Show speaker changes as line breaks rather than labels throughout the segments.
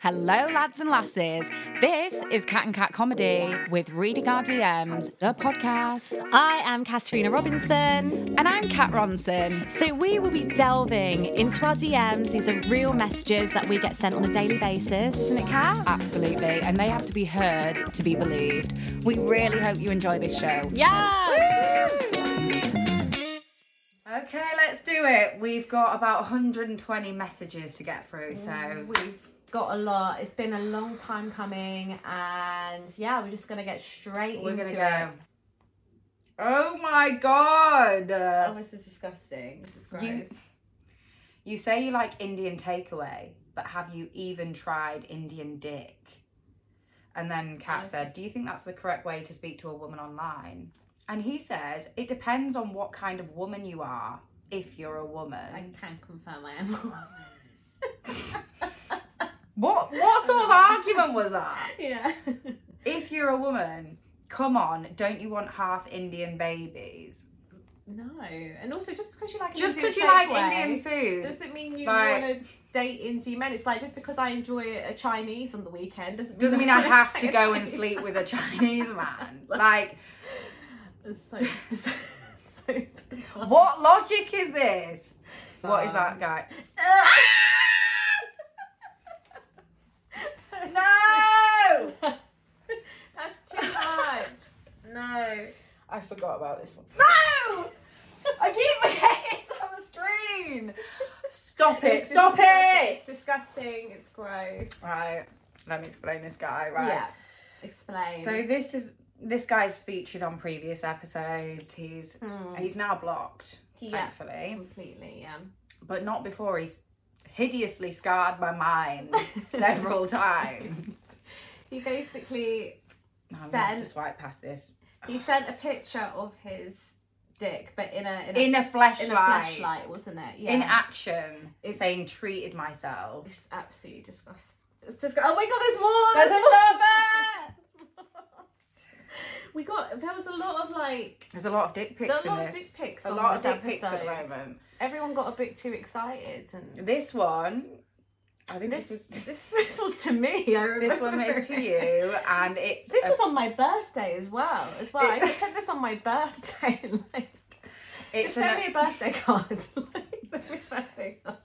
Hello, lads and lasses. This is Cat and Cat Comedy with Reading Our DMs, the podcast.
I am Katerina Robinson.
And I'm Kat Ronson.
So, we will be delving into our DMs. These are real messages that we get sent on a daily basis, isn't it, Kat?
Absolutely. And they have to be heard to be believed. We really hope you enjoy this show.
Yeah!
Okay, let's do it. We've got about 120 messages to get through, so
We've got a lot. It's been a long time coming, and yeah, we're just going to get straight
we're
into
going to
it.
go. Oh my god!
Oh, this is disgusting. This is gross.
You- You say you like Indian takeaway, but have you even tried Indian dick? And then Kat
Okay.
said, Do you think that's the correct way to speak to a woman online? And he says, It depends on what kind of woman you are, if you're a woman.
I can confirm I am. a woman.
what what sort of argument was that?
yeah.
If you're a woman, come on, don't you want half Indian babies?
No, and also just because you like an
Just
Indian
because you like
takeaway-
Indian food.
Doesn't mean you
Like-
want to date into men. It's like just because I enjoy a Chinese on the weekend doesn't
doesn't mean I
wanna
have to
date a
go and
Chinese.
sleep with a Chinese man. Like,
It's so so, so bizarre.
what logic is this? What is that guy? No!
That's too much. No.
I forgot about this one.
No.
I keep forgetting it's on the screen. Stop it!
It's
Stop
disgusting.
it!
It's disgusting. It's gross.
Right, let me explain this guy. Right.
Yeah. Explain.
So this is this guy's featured on previous episodes. He's
Hmm.
he's now blocked,
yeah.
thankfully,
Completely. Yeah.
but not before he's hideously scarred my mind several times.
He basically
I'm gonna have to
sent
swipe past this.
he sent a picture of his dick, but in a in a,
In a
in
flashlight.
a flashlight, wasn't it? Yeah.
In action,
It's-
saying treated myself.
It's absolutely disgusting. It's just oh my god,
There's
there's
a
more.
lot of
we got there was a lot of like
There's a lot of dick pics
there were
in
a lot of
this.
dick pics.
a
on
lot of
this
dick pics at the
episode.
moment.
Everyone got a bit too excited, and
This one, I think
this
this,
this,
was
this, was to me. I remember
this one is to you, and it's
This
a-
was on my birthday as well. As well, I
It-
just sent this on my birthday. Like,
it's
just send
an-
me a birthday card. like, send me a birthday card.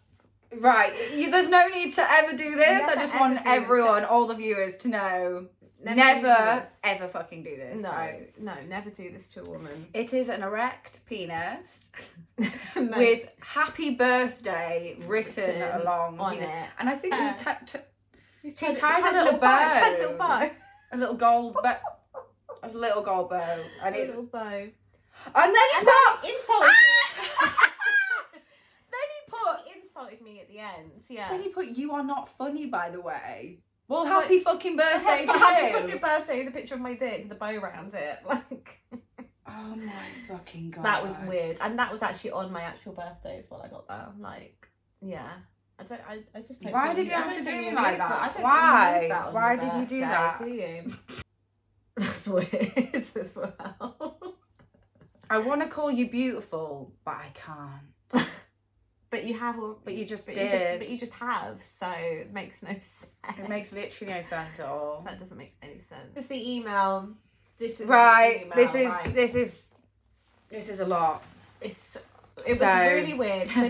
e-, right. You, there's no need to ever do this. I
Never
just
ever do
want
this.
everyone, all the viewers, to know never,
do this.
ever fucking do this.
No,
Right.
no, never do this to a woman.
It is an erect penis
No.
with "Happy Birthday" written,
Written
along
on
he was-
it. Uh.
and I think he's
Yeah.
ta- t-
He's
tied a little
bow.
bow.
tied a little bow.
a little gold, but a little gold bow, and
A
it's
little bow.
and then he
And
put
then he insulted
then he put
me. he insulted me at the end. Yeah.
Then he put, "You are not funny, by the way."
well,
Happy fucking birthday to
happy
you.
fucking birthday is a picture of my dick with a bow around it. Like
Oh my fucking god!
that was weird, and that was actually on my actual birthday as well. I got that. Like, yeah. I don't. I, I just. Don't
Why
think
did you
I
have
don't
to
think
do
you
me like
need
that?
I don't think you
Why?
need that on
Why
your
did you do
birthday,
that?
Do you? That's weird as well.
I want to call you beautiful, but I can't.
But you have all.
But you just
but
did.
You just, but you just have, so it makes no sense.
It makes literally no sense at all.
that doesn't make any sense. This is the email. This is
Right.
The email,
This is
right.
this is this is a lot.
It's, it was
So-
really weird. So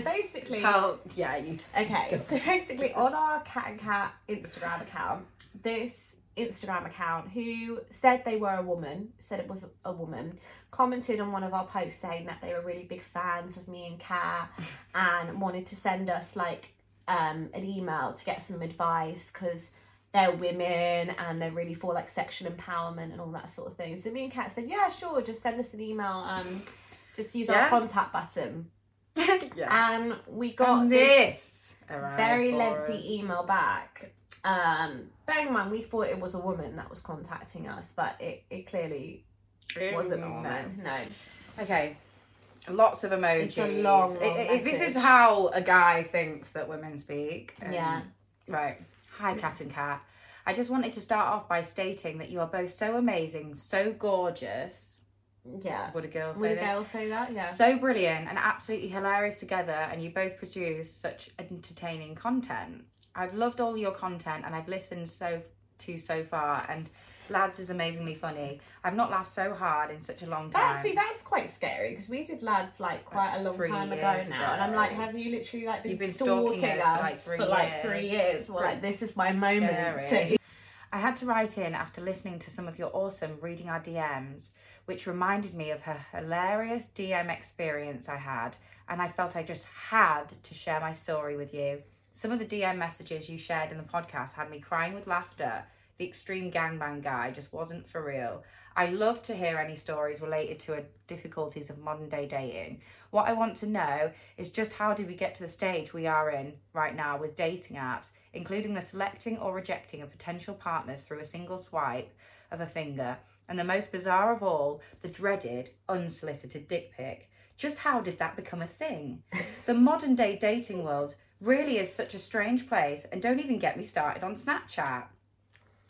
basically,
Tell yeah you.
okay. So basically, on our cat and cat Instagram account, this Instagram account who said they were a woman, said it was a woman, commented on one of our posts saying that they were really big fans of me and Cat and wanted to send us like um, an email to get some advice because they're women and they're really for like sexual empowerment and all that sort of thing. So me and Kat said, yeah, sure, just send us an email. Um, just use
Yeah.
our contact button.
yeah.
And we got
And
this
this. arrived
very
for
lengthy
us.
email back. Um, bearing in mind, we thought it was a woman that was contacting us, but it, it clearly wasn't a
Mm,
woman. No.
no. Okay. Lots of emojis.
a long,
It-
long
it- it- This is
message.
how a guy thinks that women speak. and-
Yeah.
Right. Hi, Cat and Cat. I just wanted to start off by stating that you are both so amazing, so gorgeous.
Yeah.
Would a girl say
Would a
this?
girl say that? Yeah.
So brilliant and absolutely hilarious together, and you both produce such entertaining content. I've loved all your content and I've listened so to so far and lads is amazingly funny. I've not laughed so hard in such a long time.
That's see, that's quite scary because we did lads like quite a long
three
time ago now,
years
and I'm
ago.
like, have you literally like been,
You've been
stalking,
stalking us
us
for, like,
for like
three
three
years.
years? Well, like this is my moment.
Scary.
to-
I had to write in after listening to some of your awesome reading our DMs, which reminded me of her hilarious DM experience I had, and I felt I just had to share my story with you. Some of the DM messages you shared in the podcast had me crying with laughter. The extreme gangbang guy just wasn't for real. I love to hear any stories related to uh, difficulties of modern day dating. What I want to know is just how did we get to the stage we are in right now with dating apps, including the selecting or rejecting of potential partners through a single swipe of a finger, and the most bizarre of all, the dreaded unsolicited dick pic. Just how did that become a thing? the modern day dating world really is such a strange place, and don't even get me started on Snapchat.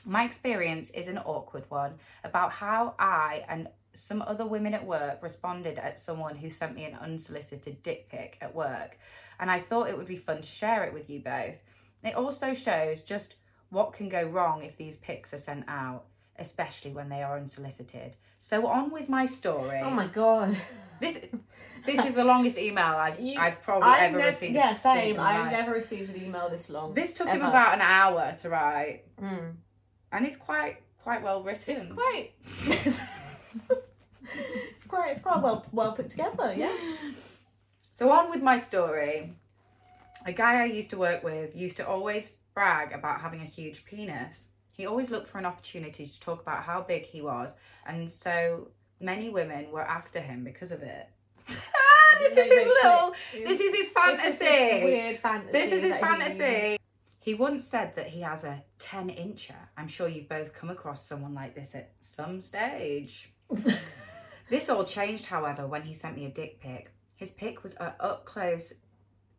My experience is an awkward one about how I and some other women at work responded at someone who sent me an unsolicited dick pic at work, and I thought it would be fun to share it with you both. It also shows just what can go wrong if these pics are sent out, especially when they are unsolicited. So on with my story.
Oh my god.
This this is the longest email I've
You-
I've probably
I've
ever
never,
received.
yeah,
received
same.
in
I've
my-
never received an email this long.
This took him
ever.
about an hour to write,
Mm.
and it's quite quite well written.
It's quite. it's quite. It's quite well well put together. Yeah.
So on with my story. A guy I used to work with used to always brag about having a huge penis. He always looked for an opportunity to talk about how big he was, and so many women were after him because of it. Ah, this
You
is
know,
his
it's like-
little. This is his
This
fantasy.
is this weird fantasy.
This is his
that he-
fantasy. He once said that he has a 10 incher. I'm sure you've both come across someone like this at some stage. this all changed, however, when he sent me a dick pic. His pic was a up close.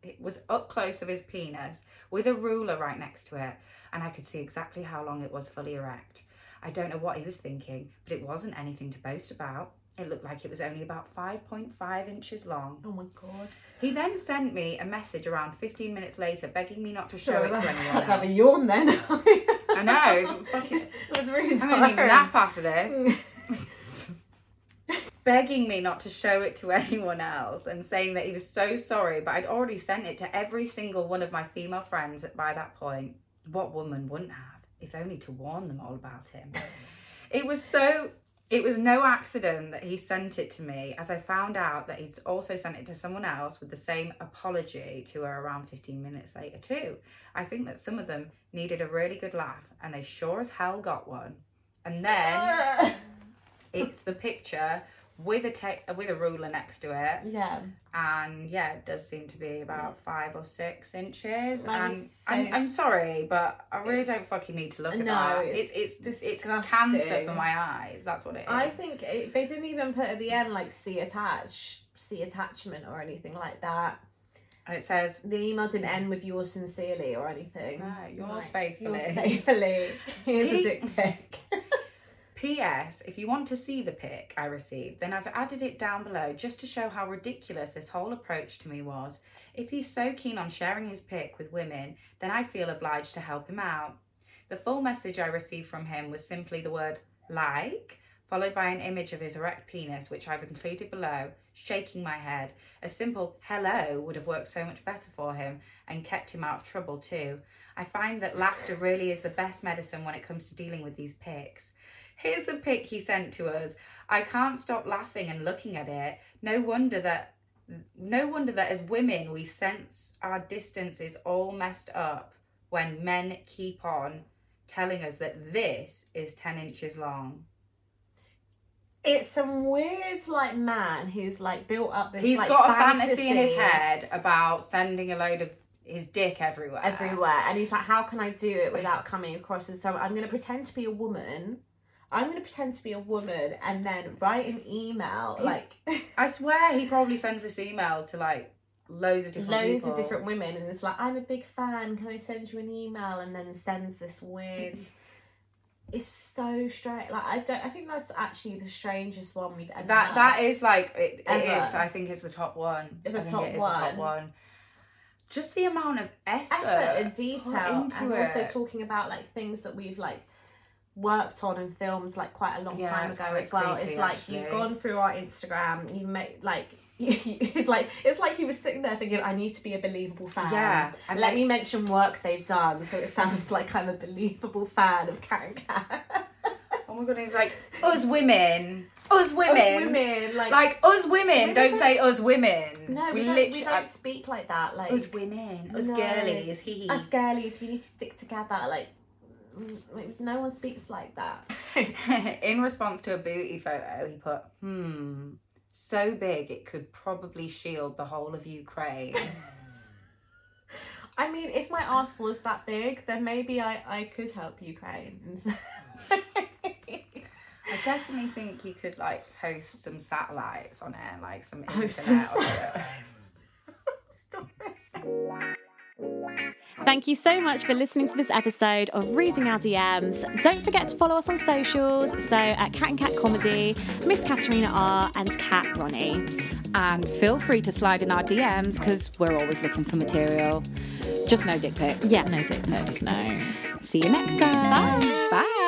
It was up close of his penis with a ruler right next to it, and I could see exactly how long it was fully erect. I don't know what he was thinking, but it wasn't anything to boast about. It looked like it was only about 5.5 inches long.
Oh my god.
He then sent me a message around 15 minutes later begging me not to show
Sorry,
it to
I had
anyone
to have a
else.
yawn then.
I know, it's fucking-
It was really
I'm going to need a
tiring.
nap after this. Begging me not to show it to anyone else and saying that he was so sorry, but I'd already sent it to every single one of my female friends by that point. What woman wouldn't have, if only to warn them all about him? It was so. It was no accident that he sent it to me, as I found out that he'd also sent it to someone else with the same apology to her around 15 minutes later, too. I think that some of them needed a really good laugh, and they sure as hell got one. And then it's the picture with a te- with a ruler next to it,
yeah.
and yeah, it does seem to be about five or six inches.
I'm
and
Mm. so
I'm, I'm sorry, but I really
It's-
don't fucking need to look at
No,
that.
it's
It's it's It's cancer
disgusting.
for my eyes. That's what it is.
I think it, they didn't even put at the end like see attach, see attachment or anything like that.
And it says,
The email didn't end with yours sincerely or anything.
no, yours
Like,
faithfully.
Yours faithfully. Here's a
He-
dick pic.
P.S. If you want to see the pic I received, then I've added it down below just to show how ridiculous this whole approach to me was. If he's so keen on sharing his pic with women, then I feel obliged to help him out. The full message I received from him was simply the word like, followed by an image of his erect penis, which I've included below, shaking my head. A simple hello would have worked so much better for him and kept him out of trouble too. I find that laughter really is the best medicine when it comes to dealing with these pics. Here's the pic he sent to us. I can't stop laughing and looking at it. No wonder that no wonder that as women we sense our distance is all messed up when men keep on telling us that this is 10 inches long.
It's some weird like man who's like built up this.
He's
like,
got a fantasy in his head about sending a load of his dick everywhere.
everywhere and he's like how can i do it without coming across as so i'm going to pretend to be a woman i'm going to pretend to be a woman and then write an email
He's-
like
I swear he probably sends this email to like loads of different
loads
people.
of different women and it's like i'm a big fan can i send you an email and then sends this weird it's so straight like i don't i think that's actually the strangest one we've ever
That
had.
that is like it, it
Ever.
is. I think it's the top one.
The
I think
top
it is the top
one.
one. just the amount of effort,
effort and
put
detail
into
and
it.
also talking about like things that we've like worked on and filmed like quite a long
Yeah,
time
it's
ago
quite
as well it's
creepy,
like
actually.
you've gone through our instagram you made like it's like it's like he was sitting there thinking i need to be a believable fan
Yeah, and
let
like-
me mention work they've done so it sounds like i'm a believable fan of cat and cat
Oh my god, he's like us women, us women,
Us women like,
like us women.
Women
don't,
don't-
say us women.
no we, don't, we don't speak like that like
us women, us
No.
girlies. Hee hee.
us girlies we need to stick together like mm, no one speaks like that
In response to a booty photo, he put, hmm, so big it could probably shield the whole of Ukraine.
I mean, if my ass was that big, then maybe I, I could help Ukraine.
I definitely think you could like host some satellites on it, like some internet.
Host some
on it.
Thank you so much for listening to this episode of Reading Our DMs. Don't forget to follow us on socials, so at Cat and Cat Comedy, Miss Katerina R, and Cat Ronnie.
and feel free to slide in our DMs because we're always looking for material. Just no dick pics.
Yeah, no dick pics, no.
See you next time.
Bye.
Bye.